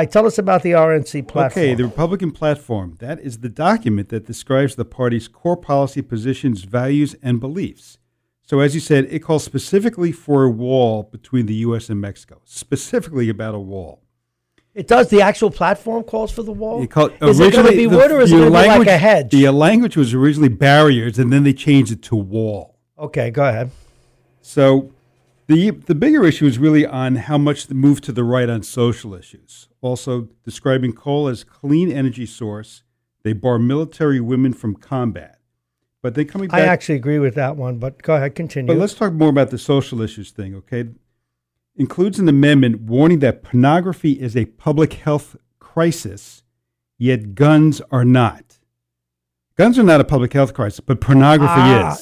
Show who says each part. Speaker 1: Right, tell us about the RNC platform.
Speaker 2: Okay, the Republican platform. That is the document that describes the party's core policy positions, values, and beliefs. So, as you said, it calls specifically for a wall between the U.S. and Mexico, specifically about a wall.
Speaker 1: It does. The actual platform calls for the wall.
Speaker 2: It called,
Speaker 1: is it going to
Speaker 2: originally
Speaker 1: be
Speaker 2: the-
Speaker 1: wood or is it
Speaker 2: the
Speaker 1: going to be like
Speaker 2: language-
Speaker 1: a hedge?
Speaker 2: The language was originally barriers, and then they changed it to wall.
Speaker 1: okay, go ahead.
Speaker 2: So the the bigger issue is really on how much the move to the right on social issues. Also describing coal as clean energy source. They bar military women from combat. But then coming back
Speaker 1: I actually agree with that one, but go ahead, continue.
Speaker 2: but let's talk more about the social issues thing, okay? Includes an amendment warning that pornography is a public health crisis, yet guns are not. Guns are not a public health crisis, but pornography
Speaker 1: Ah,
Speaker 2: is.